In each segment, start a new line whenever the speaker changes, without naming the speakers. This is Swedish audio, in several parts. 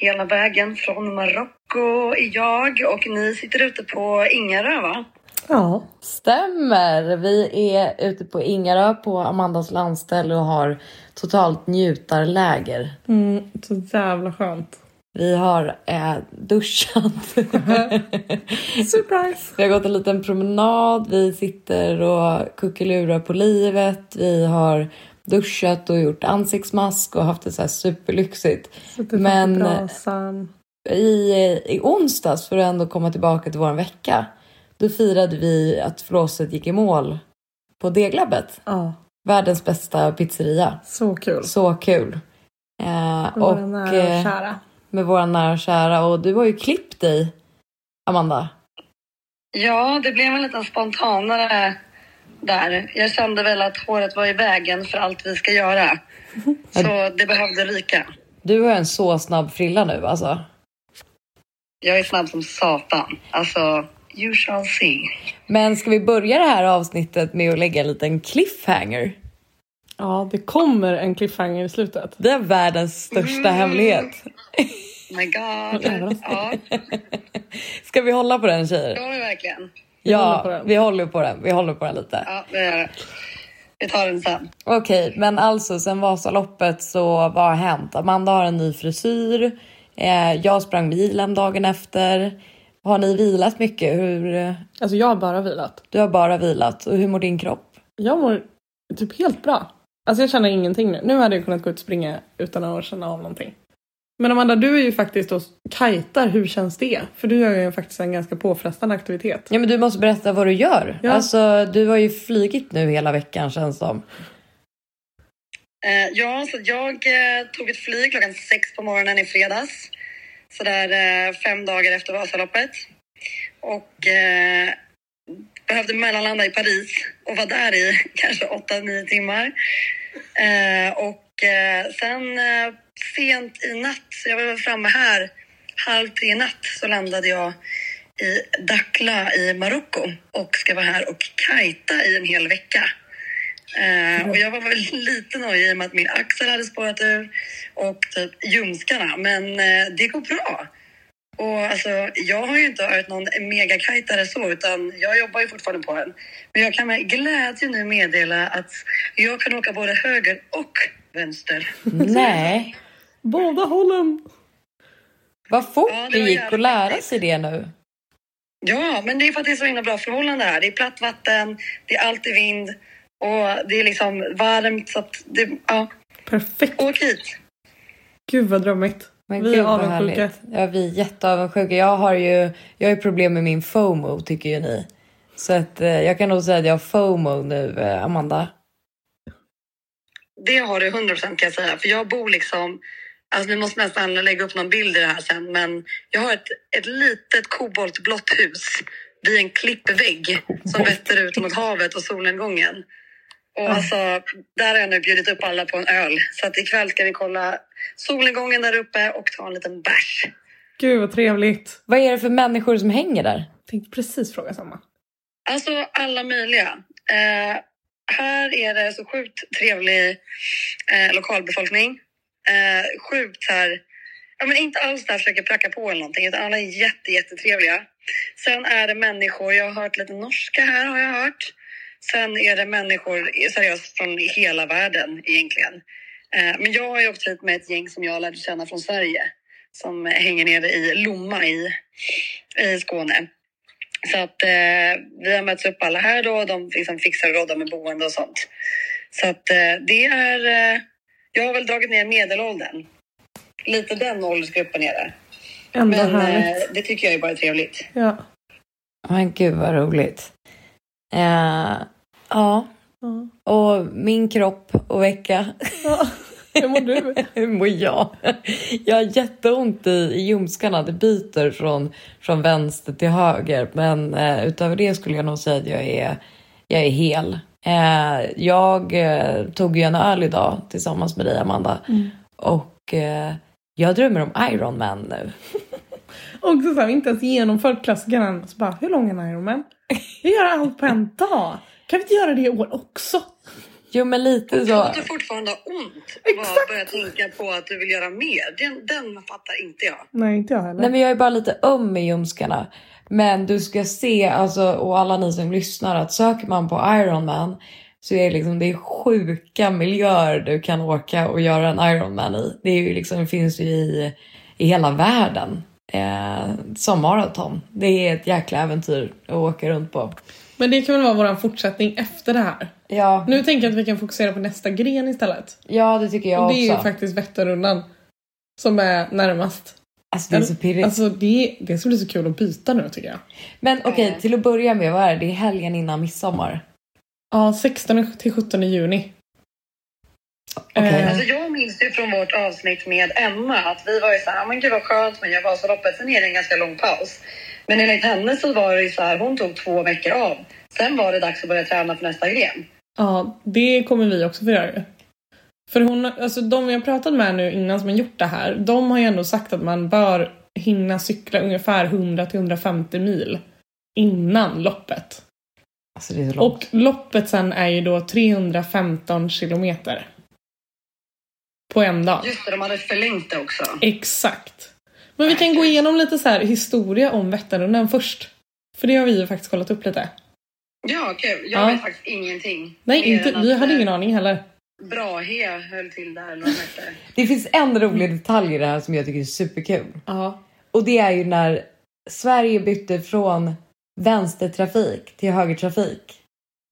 Hela vägen från Marocko är jag och ni sitter ute på Ingarö va?
Ja.
Stämmer! Vi är ute på Ingarö på Amandas landställe och har totalt njutarläger.
Mm, så jävla skönt.
Vi har eh, duschat.
Surprise!
Vi har gått en liten promenad, vi sitter och kuckelurar på livet. Vi har duschat och gjort ansiktsmask och haft det så här superlyxigt.
Suttit
Men-
Men... eh, på brasan.
I, I onsdags, för att ändå komma tillbaka till vår vecka, då firade vi att flåset gick i mål på Deglabbet.
Ja,
Världens bästa pizzeria.
så kul.
Så kul! Eh,
Med våra nära och
eh,
kära.
med våra nära och kära. Och du har ju klippt dig, Amanda.
Ja, det blev en liten spontanare där. Jag kände väl att håret var i vägen för allt vi ska göra. Så det behövde ryka.
Du har en så snabb frilla nu alltså.
Jag är snabb som satan. Alltså, you shall see.
Men ska vi börja det här avsnittet med att lägga en liten cliffhanger?
Ja, det kommer en cliffhanger i slutet.
Det är världens största
Mm.
hemlighet.
Oh My god. Ja,
Ska vi hålla på den tjejer?
det var vi verkligen.
håller på
Ja,
den.
vi håller på den. Vi håller på den lite.
Ja, det gör det. Vi tar den sen.
Okej, men alltså sen Vasaloppet så vad har hänt? Amanda har en ny frisyr. Eh, jag sprang bilen dagen efter. Har ni vilat mycket? Hur, eh,
Alltså jag har bara vilat.
du har bara vilat. Och hur mår din kropp?
Jag mår typ helt bra. Alltså jag känner ingenting nu. Nu hade jag kunnat gå ut och springa utan att känna av någonting. Men Amanda, du är ju faktiskt och kajtar. Hur känns det? För du gör ju faktiskt en ganska påfrestande aktivitet.
Ja, men du måste berätta vad du gör.
Ja.
Alltså, du har ju flygit nu hela veckan känns som.
Eh, ja, så jag eh, tog ett flyg klockan sex på morgonen i fredags. Så där eh, fem dagar efter Vasaloppet. Och eh, behövde mellanlanda i Paris och var där i kanske åtta nio timmar. Eh, och eh, sen eh, sent i natt, så jag var väl framme här halv tre i natt, så landade jag i Dakhla i Marocko och ska vara här och kajta i en hel vecka. Eh, och jag var väl lite nojig i och med att min axel hade spårat ur och typ ljumskarna. Men eh, det går bra. Och alltså, jag har ju inte varit någon megakajtare så, utan jag jobbar ju fortfarande på den. Men jag kan med glädje nu meddela att jag kan åka både höger och vänster.
Nej,
Båda hållen!
vad fort
Ja, det var
det gick
jävligt
att lära
häftigt.
sig det nu.
Ja, men det är för att det är så himla bra förhållande här. Det är platt vatten, det är alltid vind och det är liksom varmt. Så att det, ja,
Perfekt!
åk hit!
Gud vad drömmigt.
Men
vi
gud,
är
vad
avundsjuka.
härligt. Ja, vi är jätteavundsjuka. Jag har ju jag har ju problem med min FOMO tycker ju ni. Så att eh, jag kan nog säga att jag har FOMO nu, eh, Amanda.
Det har du 100 procent kan jag säga. För jag bor liksom... Alltså nu måste nästan lägga upp någon bild i det här sen. Men jag har ett, ett litet koboltblått hus vid en klippvägg som vetter ut mot havet och solnedgången. Och alltså, där har jag nu bjudit upp alla på en öl. Så att ikväll ska vi kolla solnedgången där uppe och ta en liten bärs.
Gud vad trevligt.
Vad är det för människor som hänger där?
Tänkte precis fråga samma.
Alltså alla möjliga. Eh, här är det så sjukt trevlig eh, lokalbefolkning. Eh, sjukt så här, ja men inte alls där försöker pracka på eller någonting utan alla är jätte, jättetrevliga. Sen är det människor, jag har hört lite norska här har jag hört. Sen är det människor seriöst från hela världen egentligen. Eh, men jag har ju åkt hit med ett gäng som jag lärde känna från Sverige som hänger nere i Lomma i, i Skåne. Så att eh, vi har mötts upp alla här då. De liksom fixar och roddar med boende och sånt. Så att eh, det är... Eh, jag har väl dragit ner medelåldern. Lite den åldersgruppen är det.
Ändå
Men eh,
härligt.
det tycker jag är bara trevligt.
Ja.
Men gud vad roligt. Eh, ja,
ja.
och min kropp och vecka.
ja. Hur mår du?
Hur mår jag? Jag har jätteont i, i ljumskarna. Det biter från, från vänster till höger. Men eh, utöver det skulle jag nog säga att jag är, jag är hel. Eh, jag eh, tog ju en öl idag tillsammans med dig, Amanda. Och eh, jag drömmer om Iron Man nu.
Och så har vi inte ens genomfört klassikern än. Så bara, hur lång är Ironman? Vi gör allt på en dag. Kan vi inte göra det i år också?
Jo, men lite
Tror
så.
att du fortfarande har ont
Exakt.
och börjar tänka på att du vill göra mer. Den, den fattar inte jag.
Nej, inte jag heller.
Nej, men jag är bara lite öm i ljumskarna. Men du ska se, alltså, och alla ni som lyssnar, att söker man på Ironman så är det, liksom, det är sjuka miljöer du kan åka och göra en Ironman i. Det, är ju liksom, det finns ju i, i hela världen eh, som maraton. Det är ett jäkla äventyr att åka runt på.
Men det kan väl vara vår fortsättning efter det här.
Ja,
Nu tänker jag att vi kan fokusera på nästa gren istället.
ja det tycker jag
och det är ju
också.
faktiskt Vätternrundan. Som är närmast.
Alltså, det är så pirrigt.
Alltså det, det ska bli så kul att byta nu tycker jag.
Men okej, till att börja med, vad är det? Det är helgen innan midsommar.
Ja, 16 till 17 juni.
Okej.
Eh,
Alltså jag minns ju från vårt avsnitt med Emma att vi var ju så här, "Ah, men gud vad skönt med Vasaloppet. Sen är det en ganska lång paus. Men enligt henne så var det ju så här, hon tog två veckor av. Sen var det dags att börja träna för nästa gren.
Ja, det kommer vi också få göra ju. För hon, alltså de vi har pratat med nu innan som har gjort det här, de har ju ändå sagt att man bör hinna cykla ungefär 100-150 mil innan loppet.
Alltså det är så långt.
Och loppet sen är ju då 315 kilometer. På en dag.
Just det, de hade förlängt det också.
Exakt. Men vi kan gå igenom lite så här historia om Vätternrundan först. För det har vi ju faktiskt kollat upp lite.
Ja, kul. Jag
Ja.
vet faktiskt ingenting.
Nej,
Mer än
inte,
att,
vi hade
eh,
ingen aning heller.
Brahe höll till där eller vad de hette.
Det finns en rolig detalj i det här som jag tycker är superkul.
Ja.
Och det är ju när Sverige bytte från vänstertrafik till högertrafik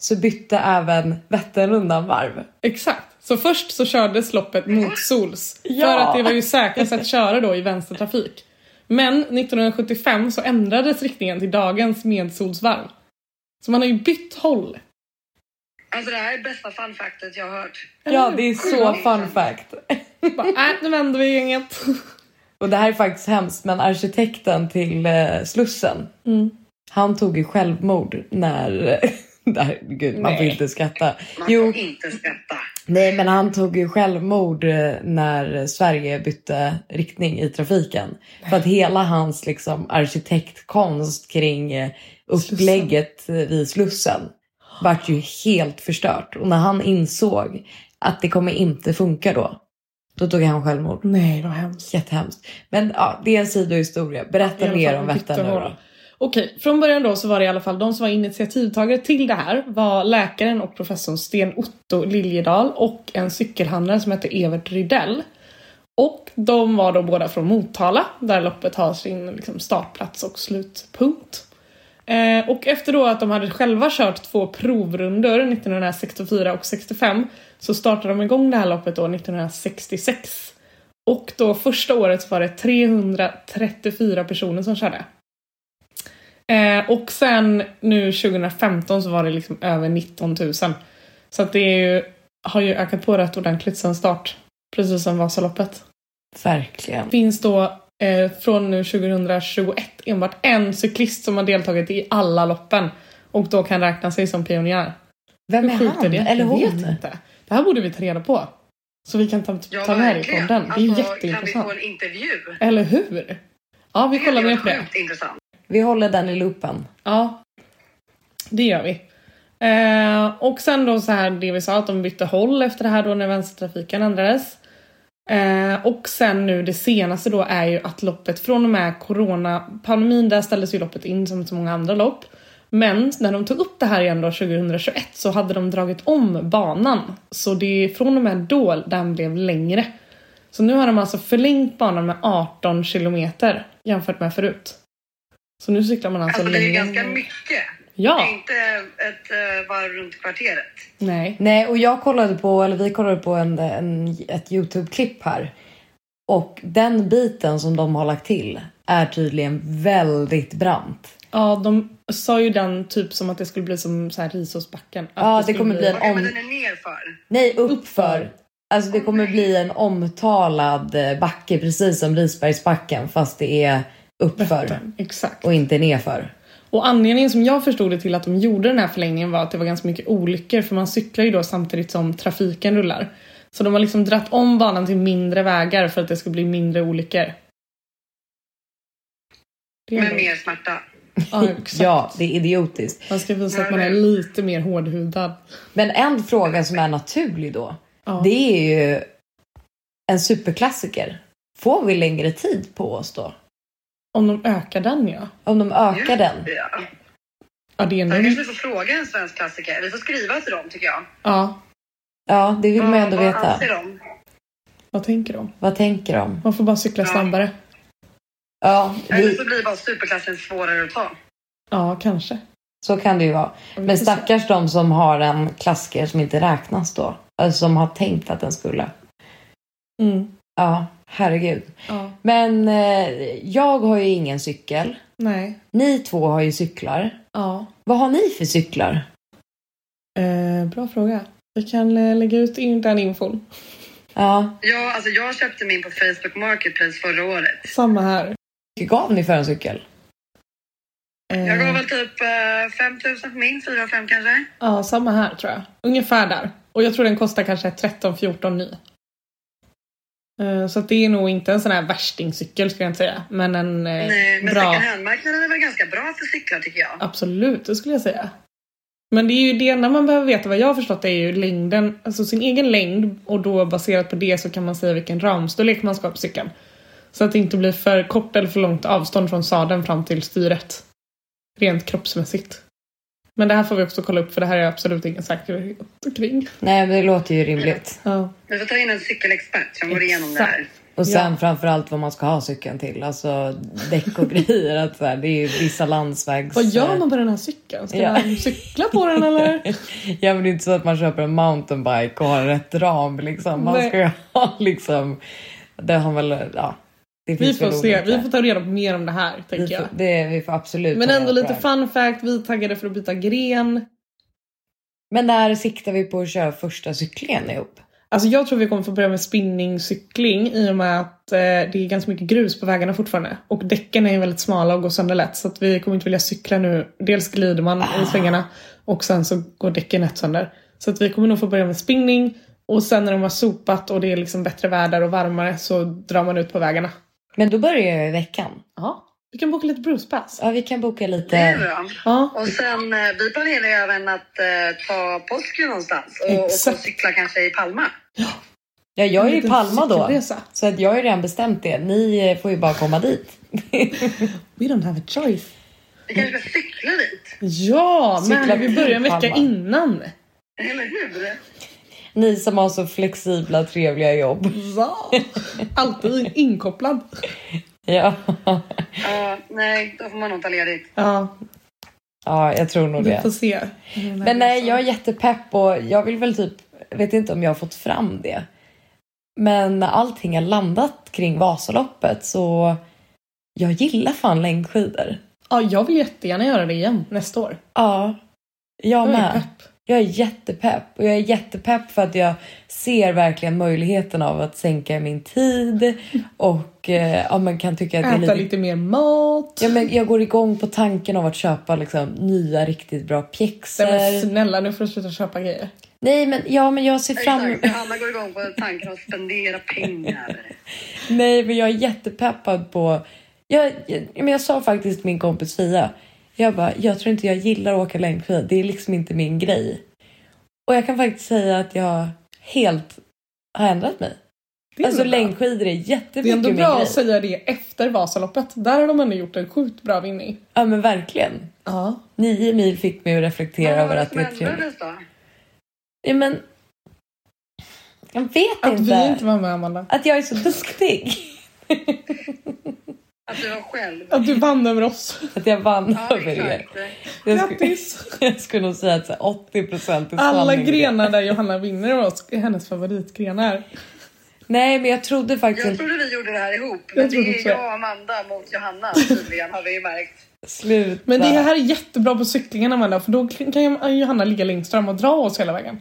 så bytte även Vätternrundan varv.
Exakt. Så först så kördes loppet mot sols.
Ja.
För att det var ju säkrast att köra då i vänstertrafik. Men 1975 så ändrades riktningen till dagens med solsvarv. Så man har ju bytt håll.
Alltså det här är bästa fun factet jag har hört.
Ja, det är så fun fact.
Bara, äh, nu vänder vi gänget.
Och det här är faktiskt hemskt, men arkitekten till eh, Slussen,
Mm.
han tog ju självmord när... det här, gud, man får
Nej.
inte skratta.
Man får
Jo,
inte skratta.
nej, men han tog ju självmord eh, när Sverige bytte riktning i trafiken. För att hela hans liksom, arkitektkonst kring eh, upplägget eh, vid Slussen vart ju helt förstört. Och när han insåg att det kommer inte funka då, då tog han självmord.
Nej, vad hemskt.
Jättehemskt. Men ja, det är en sidohistoria.
I
Berätta
alla
mer
fall
om
om
Vättern nu då.
Vätternrundan. Okej, från början då så var det i alla fall de som var initiativtagare till det här var läkaren och professorn Sten Otto Liljedahl och en cykelhandlare som hette Evert Rydell. Och de var då båda från Motala där loppet har sin liksom, startplats och slutpunkt. Eh, och efter då att de hade själva kört två provrundor 1964 och 65 så startade de igång det här loppet då 1966. Och då första året så var det 334 personer som körde. Eh, och sen nu 2015 så var det liksom över 19 000. Så att det är ju, har ju ökat på rätt ordentligt sen start. Precis som Vasaloppet.
Verkligen.
Finns då eh, från nu 2021 enbart en cyklist som har deltagit i alla loppen och då kan räkna sig som pionjär.
Vem är
Hur sjukt
han?
är det?
Eller
Jag
hon?
vet inte. Det här borde vi ta reda på. Så vi kan ta,
Ja,
ta med det i
verkligen.
podden. Det är ju
Alltså, Kan vi
jätteintressant.
få en intervju?
Eller hur? Ja, vi kollar
Det är
mer på det.
sjukt intressant.
Vi håller den i loopen.
Ja, det gör vi. Eh, och sen då så här det vi sa att de bytte håll efter det här då när vänstertrafiken ändrades. Eh, och sen nu det senaste då är ju att loppet från och med coronapandemin där ställdes ju loppet in som så många andra lopp. Men när de tog upp det här igen då 2021 så hade de dragit om banan. Så det är från och med då den blev längre. Så nu har de alltså förlängt banan med 18 kilometer jämfört med förut. Så nu cyklar man alltså,
Alltså det är ju
längre.
ganska mycket. Det
Ja,
är inte ett eh, varv runt kvarteret.
nej.
Nej, och jag kollade på, eller vi kollade på en, en, ett Youtube-klipp här. Och den biten som de har lagt till är tydligen väldigt brant.
Ja, de sa ju den typ som att det skulle bli som så här Risåsbacken. Att
Ja, det
skulle
kommer bli en-
Okej,
Om-
men den är nerför.
Nej, uppför. Alltså det kommer bli en omtalad eh, backe precis som Risbergsbacken fast det är uppför
Vättern. Exakt.
och inte nedför.
Och anledningen som jag förstod det till att de gjorde den här förlängningen var att det var ganska mycket olyckor för man cyklar ju då samtidigt som trafiken rullar. Så de har liksom dratt om banan till mindre vägar för att det ska bli mindre olyckor. Det är
Med
ändå-
mer smärta.
Ja, exakt.
Ja, det är idiotiskt.
Man ska visa att man är lite mer hårdhudad.
Men en fråga som är naturlig då, det är ju en superklassiker. Får vi längre tid på oss då?
Om de ökar den ja.
Om de ökar den? Mm.
Ja.
Ja, det är
Jag
nu.
kanske vi får fråga en svensk klassiker. Vi får skriva till dem tycker jag.
Ja,
Ja, det vill man ju ändå
Vad
veta.
anser de?
vad tänker de?
Vad tänker de?
Man får bara cykla
Ja.
snabbare.
Ja,
Eller
vi,
så blir bara superklassen svårare att ta.
Ja, kanske.
så kan det ju vara. Men stackars de som har en klassiker som inte räknas då. Alltså som har tänkt att den skulle.
Mm.
Ja, herregud.
Ja.
Men eh, jag har ju ingen cykel.
Nej.
Ni två har ju cyklar.
Ja.
Vad har ni för cyklar?
Eh, bra fråga. Vi kan eh, lägga ut in den infon.
Ja,
Ja, alltså jag köpte min på Facebook Marketplace förra året.
Samma här.
hur gav ni för en cykel?
Eh,
Mm.
Jag gav väl typ eh, 5 000 för min, 4 5 kanske.
Ja, samma här tror jag. Ungefär där. Och jag tror den kostar kanske 13-14 ny. Eh, Så att det är nog inte en sån här värstingcykel skulle jag inte säga. Men en eh,
Mm.
Nej, men
bra.
second hand-marknaden är väl ganska bra för cyklar tycker jag.
Absolut, det skulle jag säga. Men det är ju det enda man behöver veta vad jag har förstått är ju längden, alltså sin egen längd och då baserat på det så kan man säga vilken ramstorlek man ska ha på cykeln. Så att det inte blir för kort eller för långt avstånd från sadeln fram till styret. Rent kroppsmässigt. Men det här får vi också kolla upp för det här är jag absolut ingen säkerhet kring.
Nej, men det låter ju rimligt.
Ja,
Vi får ta in en cykelexpert som går igenom det
Exakt.
här.
Och sen
Ja.
framförallt vad man ska ha cykeln till. Alltså däck och grejer. Att så här, det är ju vissa landsvägs...
vad gör man på den här cykeln? Ska
Ja.
man cykla på den eller?
Ja, men det är inte så att man köper en mountainbike och har rätt ram. Liksom. Man
Nej.
ska ju ha liksom... Det har väl... Ja, det
Vi
finns
får
väl
se,
olika.
vi får ta reda på mer om det här tänker
vi
jag.
får, det, vi får absolut
Men
ta
ändå
reda på
lite
det här.
fun fact, vi är taggade för att byta gren.
Men när siktar vi på att köra första cyklingen ihop?
Alltså jag tror vi kommer få börja med spinningcykling i och med att eh, det är ganska mycket grus på vägarna fortfarande. Och däcken är ju väldigt smala och går sönder lätt så att vi kommer inte vilja cykla nu. Dels glider man i svängarna och sen så går däcken lätt sönder. Så att vi kommer nog få börja med spinning och sen när de har sopat och det är liksom bättre väder och varmare så drar man ut på vägarna.
Men då börjar jag i veckan.
Ja, vi kan boka lite Bruce Pass.
Ja, vi kan boka
Det är
lite.
bra.
Ja,
Och sen, eh, vi planerar ju även att eh, ta påsken någonstans och, och så
Exakt.
cykla kanske i Palma.
Ja, jag är
en
ju i
liten
Palma då.
cykelresa.
Så att jag har ju redan bestämt det. Ni eh, får ju bara komma dit.
We don't have a choice.
Vi kanske ska cykla dit,
Ja,
Cykla
men vi börjar en
till
vecka
Palma.
innan.
eller hur?
Ni som har så flexibla, trevliga jobb.
Ja, alltid inkopplad.
Ja,
Ja, nej, då får man nog ta ledigt.
Ja,
ja jag tror nog
vi
det.
får se.
Men nej, jag är jättepepp och jag vill väl typ, vet inte om jag har fått fram det. Men när allting har landat kring Vasaloppet så jag gillar fan längdskidor.
Ja, jag vill jättegärna göra det igen nästa år.
Ja,
Jag
jag
är
med.
pepp.
Jag är jättepepp och jag är jättepepp för att jag ser verkligen möjligheten av att sänka min tid och eh, ja, man kan tycka att det är
Äta
lite
lite mer mat.
Ja, men jag går igång på tanken av att köpa liksom, nya riktigt bra pjäxor.
Nej, men snälla nu får du sluta köpa grejer.
Nej, men, ja, men jag ser fram
Exakt, Hanna går igång på tanken att spendera pengar.
Nej, men jag är jättepeppad på... Jag, jag, men jag sa faktiskt till min kompis Fia, jag bara, jag tror inte jag gillar att åka längdskidor. Det är liksom inte min grej. Och jag kan faktiskt säga att jag helt har ändrat mig.
Det är,
alltså
ändå bra.
längdskidor är jättemycket
det är ändå
min
bra
grej.
att säga det efter Vasaloppet. Där har de ändå gjort en sjukt bra vinning.
Ja, men verkligen.
Ja.
Nio mil fick mig att reflektera över att det är
Vad var
trevligt.
det som ändrades
Ja, men... Jag vet
Att
inte.
vi inte var med Amanda.
Att jag är så duktig.
då? Att du var själv?
Att du vann över oss.
Att jag vann
Ja,
över er.
exakt.
Jag skulle,
Grattis!
jag skulle nog säga att så här 80 procent är
Alla
sanning i det.
grenar där Johanna vinner över oss är hennes favoritgrenar.
Nej, men jag trodde
Jag
faktiskt...
trodde vi gjorde det här ihop,
Jag
men det
trodde
är
också.
jag och Amanda mot Johanna tydligen har vi ju märkt.
Sluta.
Men det här är jättebra på cyklingen Amanda för då kan ju Johanna ligga längst fram och dra oss hela vägen.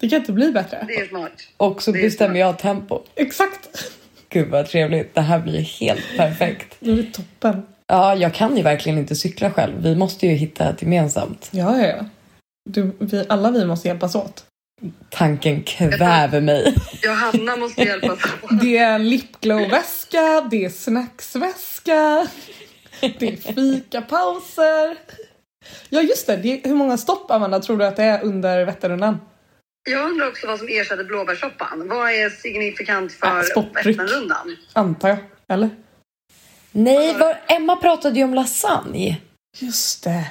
Det kan inte bli bättre.
Det är smart.
Och så
det är
bestämmer
smart.
jag tempo.
Exakt!
Gud vad trevligt. Det här blir ju helt perfekt.
Det är toppen.
Ja, jag kan ju verkligen inte cykla själv. Vi måste ju hitta ett gemensamt.
Ja, ja, ja. Du, vi, alla vi måste hjälpas åt.
Tanken kväver mig.
Johanna måste hjälpa oss.
Det är en lipglow-väska, det är snacksväska. Det är fikapauser. Ja just det, det är, hur många stopp Amanda tror du att det är under Vätternrundan?
Jag undrar också vad som ersätter blåbärssoppan. Vad är signifikant
Ah,
för
sportdryck.
Vätternrundan?
Antar jag, eller?
Nej, var, Emma pratade ju om lasagne.
Just det.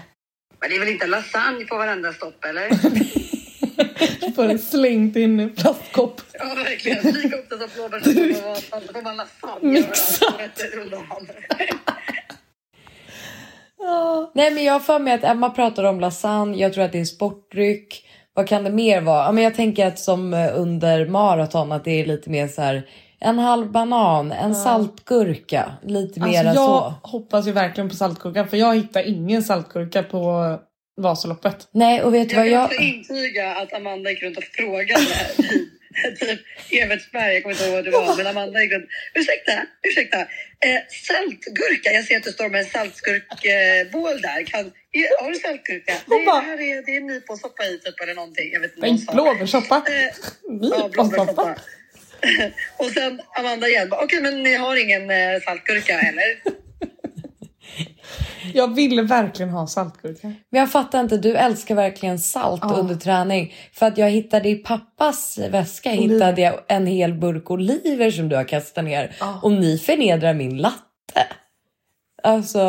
Men det är väl inte lasagne på varenda stopp eller?
Du får slängt in en plastkopp.
Ja verkligen. Lika ofta som blåbärssoppa på Då får man lasagne.
Mixat.
Vätternrundan.
Ja.
Nej, men jag har för mig att Emma pratade om lasagne. Jag tror att det är sportdryck. Vad kan det mer vara? Ja, men jag tänker att som eh, under maraton att det är lite mer så här en halv banan, en saltgurka, lite mer än
Alltså, jag
så.
hoppas ju verkligen på saltgurkan för jag hittar ingen saltgurka på Vasaloppet.
Nej, och vet du
Jag
vad
kan
jag...
också intyga att Amanda gick runt och frågade typ Evertsberg, jag kommer inte ihåg vad det var, men Amanda gick runt. Ursäkta, ursäkta. Eh, saltgurka, jag ser att du står med en saltgurkbål där. Kan, är- har du saltgurka?
Hon
Nej,
bara-
här är, det är nyponsoppa i typ eller någonting. Jag vet inte.
Nej,
vad hon sa.
blåbärssoppa.
Eh, Ja,
Nyponsoppa.
blåbärssoppa. och sen Amanda igen, bara, okej men ni har ingen eh, saltgurka eller?
Jag ville verkligen ha saltgurka.
Men jag fattar inte, du älskar verkligen salt
Ja.
under träning. För att jag hittade i pappas väska
Oliver.
hittade jag en hel burk oliver som du har kastat ner.
Ja.
Och ni förnedrar min latte. Alltså,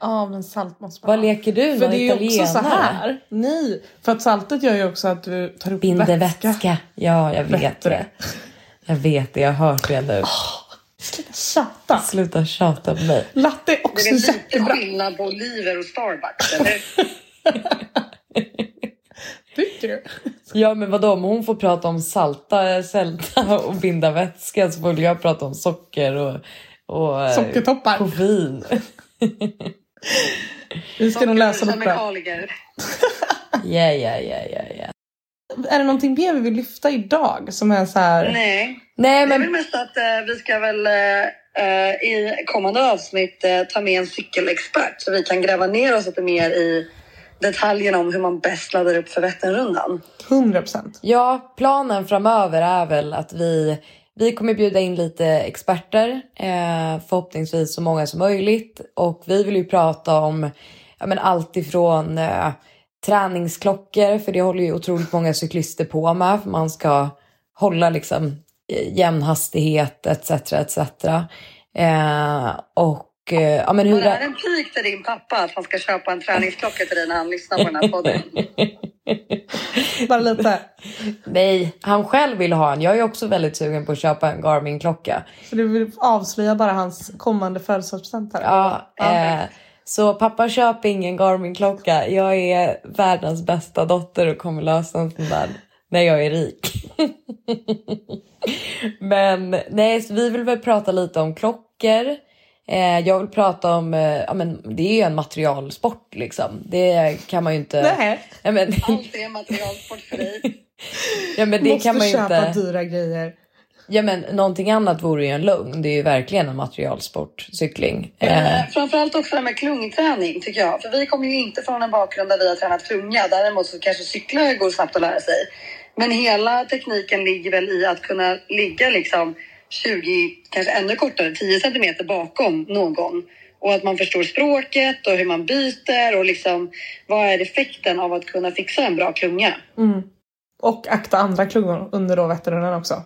Ja, men salt måste man
vad
ha.
leker du?
För
någon
det är ju också
italienare?
så här. Nej, för att saltet gör ju också att du tar upp
Binder
vätska.
vätska. Ja, jag vet det.
Bättre. Ah.
Jag vet det, jag har hört det nu.
Sluta tjata.
Sluta tjata på mig.
Latte är
Det
också
är lite
jättebra.
skillnad på Oliver och Starbucks eller?
Tycker du?
Ja, men vadå, om hon får prata om salta, eh, sälta och binda vätska så får jag prata om socker och, och eh,
Sockertoppar.
koffein.
Vi ska nog läsa något bra.
Kemikalier.
Ja, ja, ja, ja, ja.
Är det någonting mer vi vill lyfta idag som är så här?
Nej,
Nej,
det är väl
men
mest att eh, vi ska väl eh, eh, i kommande avsnitt eh, ta med en cykelexpert så vi kan gräva ner oss lite mer i detaljerna om hur man bäst laddar upp för Vätternrundan.
100%.
ja, planen framöver är väl att vi, vi kommer bjuda in lite experter, eh, förhoppningsvis så många som möjligt. Och vi vill ju prata om ja, men allt ifrån eh, träningsklockor, för det håller ju otroligt många cyklister på med. För man ska hålla liksom eh, jämn hastighet etc. etc. Eh, och eh, ja, men
Var
hur...
det här en pik till din pappa att han ska köpa en träningsklocka till dig när han lyssnar på den här podden?
Bara lite.
Nej, han själv vill ha en. Jag är också väldigt sugen på att köpa en Garmin-klocka.
Så du vill avslöja bara hans kommande födelsedagspresent här?
Ja,
Ja,
eh, så pappa köper ingen Garmin-klocka. Jag är världens bästa dotter och kommer lösa en sån där när jag är rik. men nej, så vi vill väl prata lite om klockor. Eh, jag vill prata om, eh, ja men det är ju en materialsport liksom. Det kan man ju inte...
Nej,
Ja, men,
Allt är materialsport för dig.
ja, men det
måste
kan man ju
köpa typ.
inte...
dyra grejer.
Ja men någonting annat vore ju en lugn. Det är ju verkligen en materialsport, cykling. Eh,
Eh, Framförallt också det här med klungträning tycker jag. För vi kommer ju inte från en bakgrund där vi har tränat klunga. Däremot så kanske cykla går snabbt att lära sig. Men hela tekniken ligger väl i att kunna ligga liksom 20, kanske ännu kortare, 10 centimeter bakom någon. Och att man förstår språket och hur man byter och liksom vad är effekten av att kunna fixa en bra klunga?
Mm. Och akta andra klungor under då Vätternrundan också.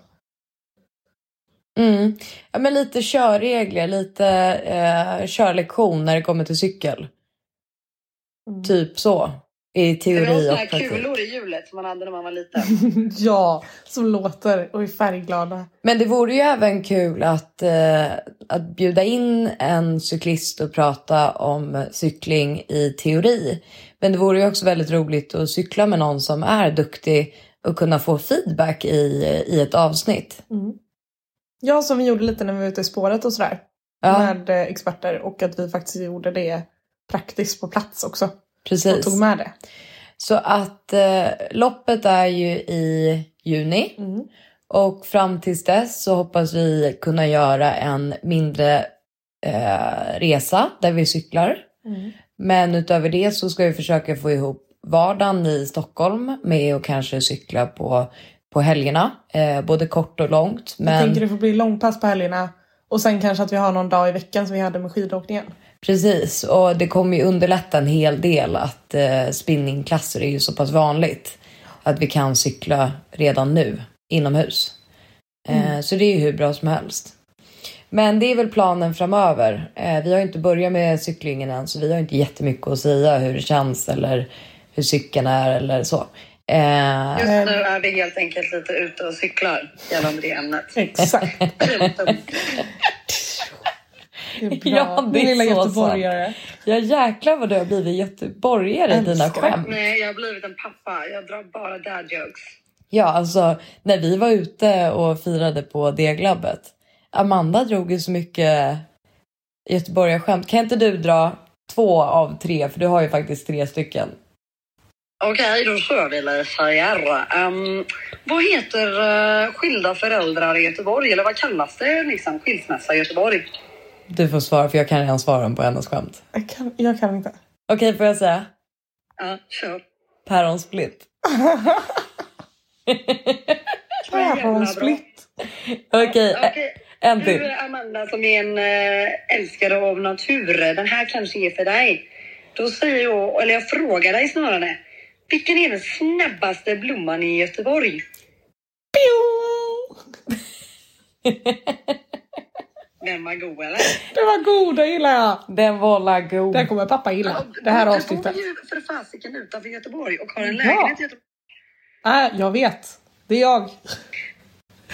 mm. Ja men lite körregler, lite eh, körlektion när det kommer till cykel.
Mm.
Typ så. I
Det Mm. var
teori
sådana här
och praktik.
kulor i hjulet som man hade när man var liten.
ja, som låter och är färgglada.
Men det vore ju även kul att, eh, att bjuda in en cyklist och prata om cykling i teori. Men det vore ju också väldigt roligt att cykla med någon som är duktig och kunna få feedback i, i ett avsnitt.
Ja, som vi gjorde lite när vi var ute i spåret och sådär.
Ja,
Med eh, experter och att vi faktiskt gjorde det praktiskt på plats också. Och
precis.
tog med det.
Så att eh, loppet är ju i juni
Mm.
och fram tills dess så hoppas vi kunna göra en mindre eh, resa där vi cyklar. Men utöver det så ska vi försöka få ihop vardagen i Stockholm med att kanske cykla på, på helgerna, eh, både kort och långt.
Jag tänker
Men
det får bli långpass på helgerna och sen kanske att vi har någon dag i veckan som vi hade med skidåkningen.
Precis, och det kommer ju underlätta en hel del att eh, spinningklasser är ju så pass vanligt att vi kan cykla redan nu inomhus. Eh, Så det är ju hur bra som helst. Men det är väl planen framöver. Eh, vi har ju inte börjat med cyklingen än så vi har ju inte jättemycket att säga hur det känns eller hur cykeln är eller så. Eh,
Just nu är vi helt enkelt lite ute och cyklar gällande det ämnet.
Exakt. Det är bra.
Ja, det
Min
är
lilla
så
göteborgare.
ja jäklar vad du har blivit göteborgare i dina
Älskar det.
skämt.
Nej, jag har blivit en pappa. Jag drar bara dad jokes.
Ja, alltså när vi var ute och firade på Deglabbet. Amanda drog ju så mycket Göteborgarskämt. Kan inte du dra två av tre? För du har ju faktiskt tre stycken.
Okej, då kör vi Lisa Jär. vad heter eh, skilda föräldrar i Göteborg? Eller vad kallas det liksom? Skilsmässa i Göteborg?
Du får svara för jag kan redan svaren på hennes skämt.
Jag kan, jag kan inte.
Okej, får jag säga?
Ja, kör.
Päronsplitt.
Päronsplit. Eh,
Okej, ä-
Okej,
en
Du eh,
till.
Amanda som är en eh, älskare av natur, den här kanske är för dig. Då säger jag, eller jag frågar dig snarare, vilken är den snabbaste blomman i Göteborg?
Pio!
Den var god eller?
Det var god, det gillar jag.
Den var la god.
Det här kommer pappa gilla. Det här
Du
avsnittet.
bor ju för fasiken utanför Göteborg och har en
Ja.
lägenhet i Göteborg.
Nej, jag vet. Det är jag.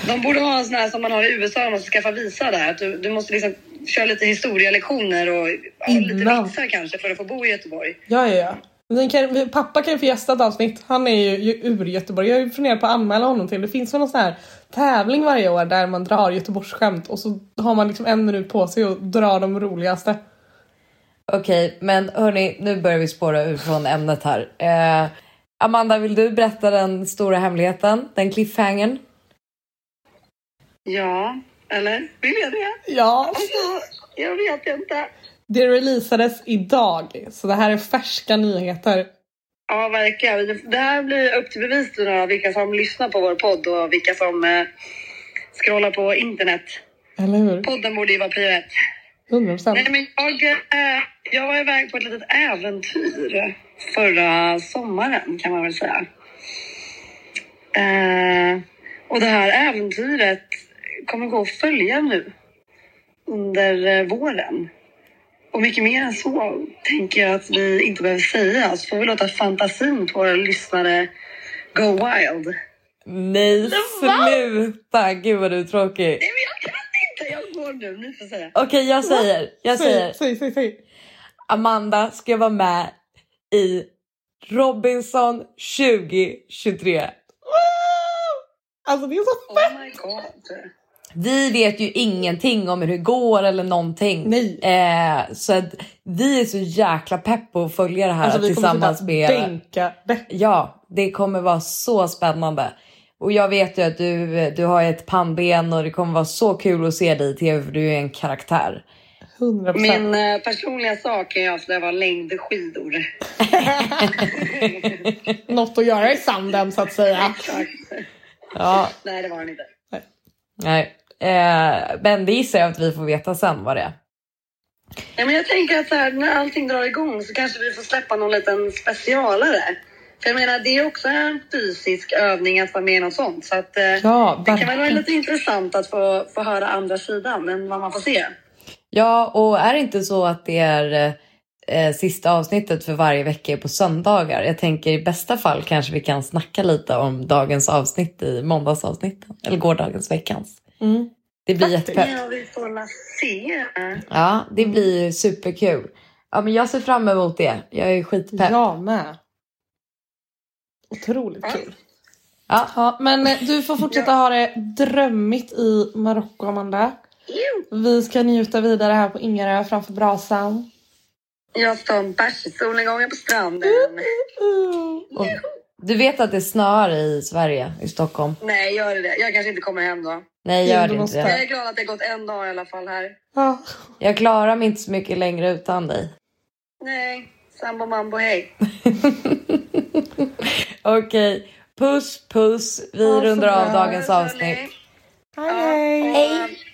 De borde ha en sån här som man har i USA när man ska skaffa visa där. Att du, du måste liksom köra lite historielektioner och ja, lite
Innan.
vitsar kanske för att få bo i Göteborg.
Ja, ja, ja. Ni kan, vi- pappa kan ju få gästa ett avsnitt. Han är ju, ju ur Göteborg. Jag har ju funderat på att anmäla honom till. Det finns väl någon sån här tävling varje år där man drar Göteborgsskämt och så har man liksom en minut på sig att dra de roligaste.
Okej, men hörni, nu börjar vi spåra ur från ämnet här. Eh, Amanda, vill du berätta den stora hemligheten? Den cliffhangern?
Ja, eller? Vill jag det?
Ja,
Jag vet inte.
det releasades idag. Så det här är färska nyheter.
Ja, verkligen. Det- Det här blir upp till bevis nu då, vilka som lyssnar på vår podd och vilka som eh, scrollar på internet.
Eller hur?
Podden borde ju vara prio ett.
100%.
Nej, men jag, eh, jag var iväg på ett litet äventyr förra sommaren kan man väl säga. Eh, och det här äventyret kommer gå att följa nu under eh, våren. Och mycket mer än så tänker jag att vi inte behöver säga. Så får vi låta fantasin på våra lyssnare go wild.
Nej, sluta! Gud vad du är tråkig.
Nej, men jag kan inte! Jag går nu. Ni får säga.
Okej, jag säger. Jag
Säg,
säger.
säg, säg, säg.
Amanda ska vara med i Robinson 2023.
Alltså det är så...
Oh my god.
Vi vet ju ingenting om hur det går eller någonting.
Nej.
Eh, så att vi är så jäkla pepp på att följa det här
Alltså vi kommer
tillsammans
sitta
med er.
bänka det.
Ja, det kommer vara så spännande. Och jag vet ju att du, du har ett pannben och det kommer vara så kul att se dig i tv för du är en karaktär.
100%.
Min eh, personliga sak är att det var längdskidor.
Något att göra i sanden så att säga.
Ja,
Nej, det var den inte.
nej. Eh, men det gissar jag att vi får veta sen vad det är.
Nej, men jag tänker att så här, när allting drar igång så kanske vi får släppa någon liten specialare. För jag menar, det är också en fysisk övning att vara med i något sånt. Så att, eh,
Ja,
det kan väl vara
verkligen.
lite intressant att få, få höra andra sidan än vad man får se.
Ja, och är det inte så att det är eh, sista avsnittet för varje vecka är på söndagar? Jag tänker i bästa fall kanske vi kan snacka lite om dagens avsnitt i måndagsavsnitten eller gårdagens veckans.
Mm.
Det blir jättepepp.
Ja, vi får la se.
Ja, det
Mm.
blir ju superkul. Ja, men jag ser fram emot det. Jag är skitpepp. Ja.
Jag med. Otroligt kul.
Ja.
Ja, men eh, du får fortsätta ha det drömmigt i Marocko, Amanda.
Jo.
Vi ska njuta vidare här på Ingarö framför brasan.
Jag tar en bärs i solnedgången på stranden.
Och du vet att det snöar i Sverige, i Stockholm?
Nej, gör det. Jag kanske inte kommer hem då.
Nej,
Jo,
gör
du
det inte
måste.
Jag
det.
är glad att det gått en dag i alla fall här.
Ja.
Jag klarar mig inte så mycket längre utan dig.
Nej, sambo mambo hej.
Okej, puss puss. Vi
Ha så
rundar av
bra.
dagens avsnitt.
Hörni.
Hej, hej.
Ja, och, eh,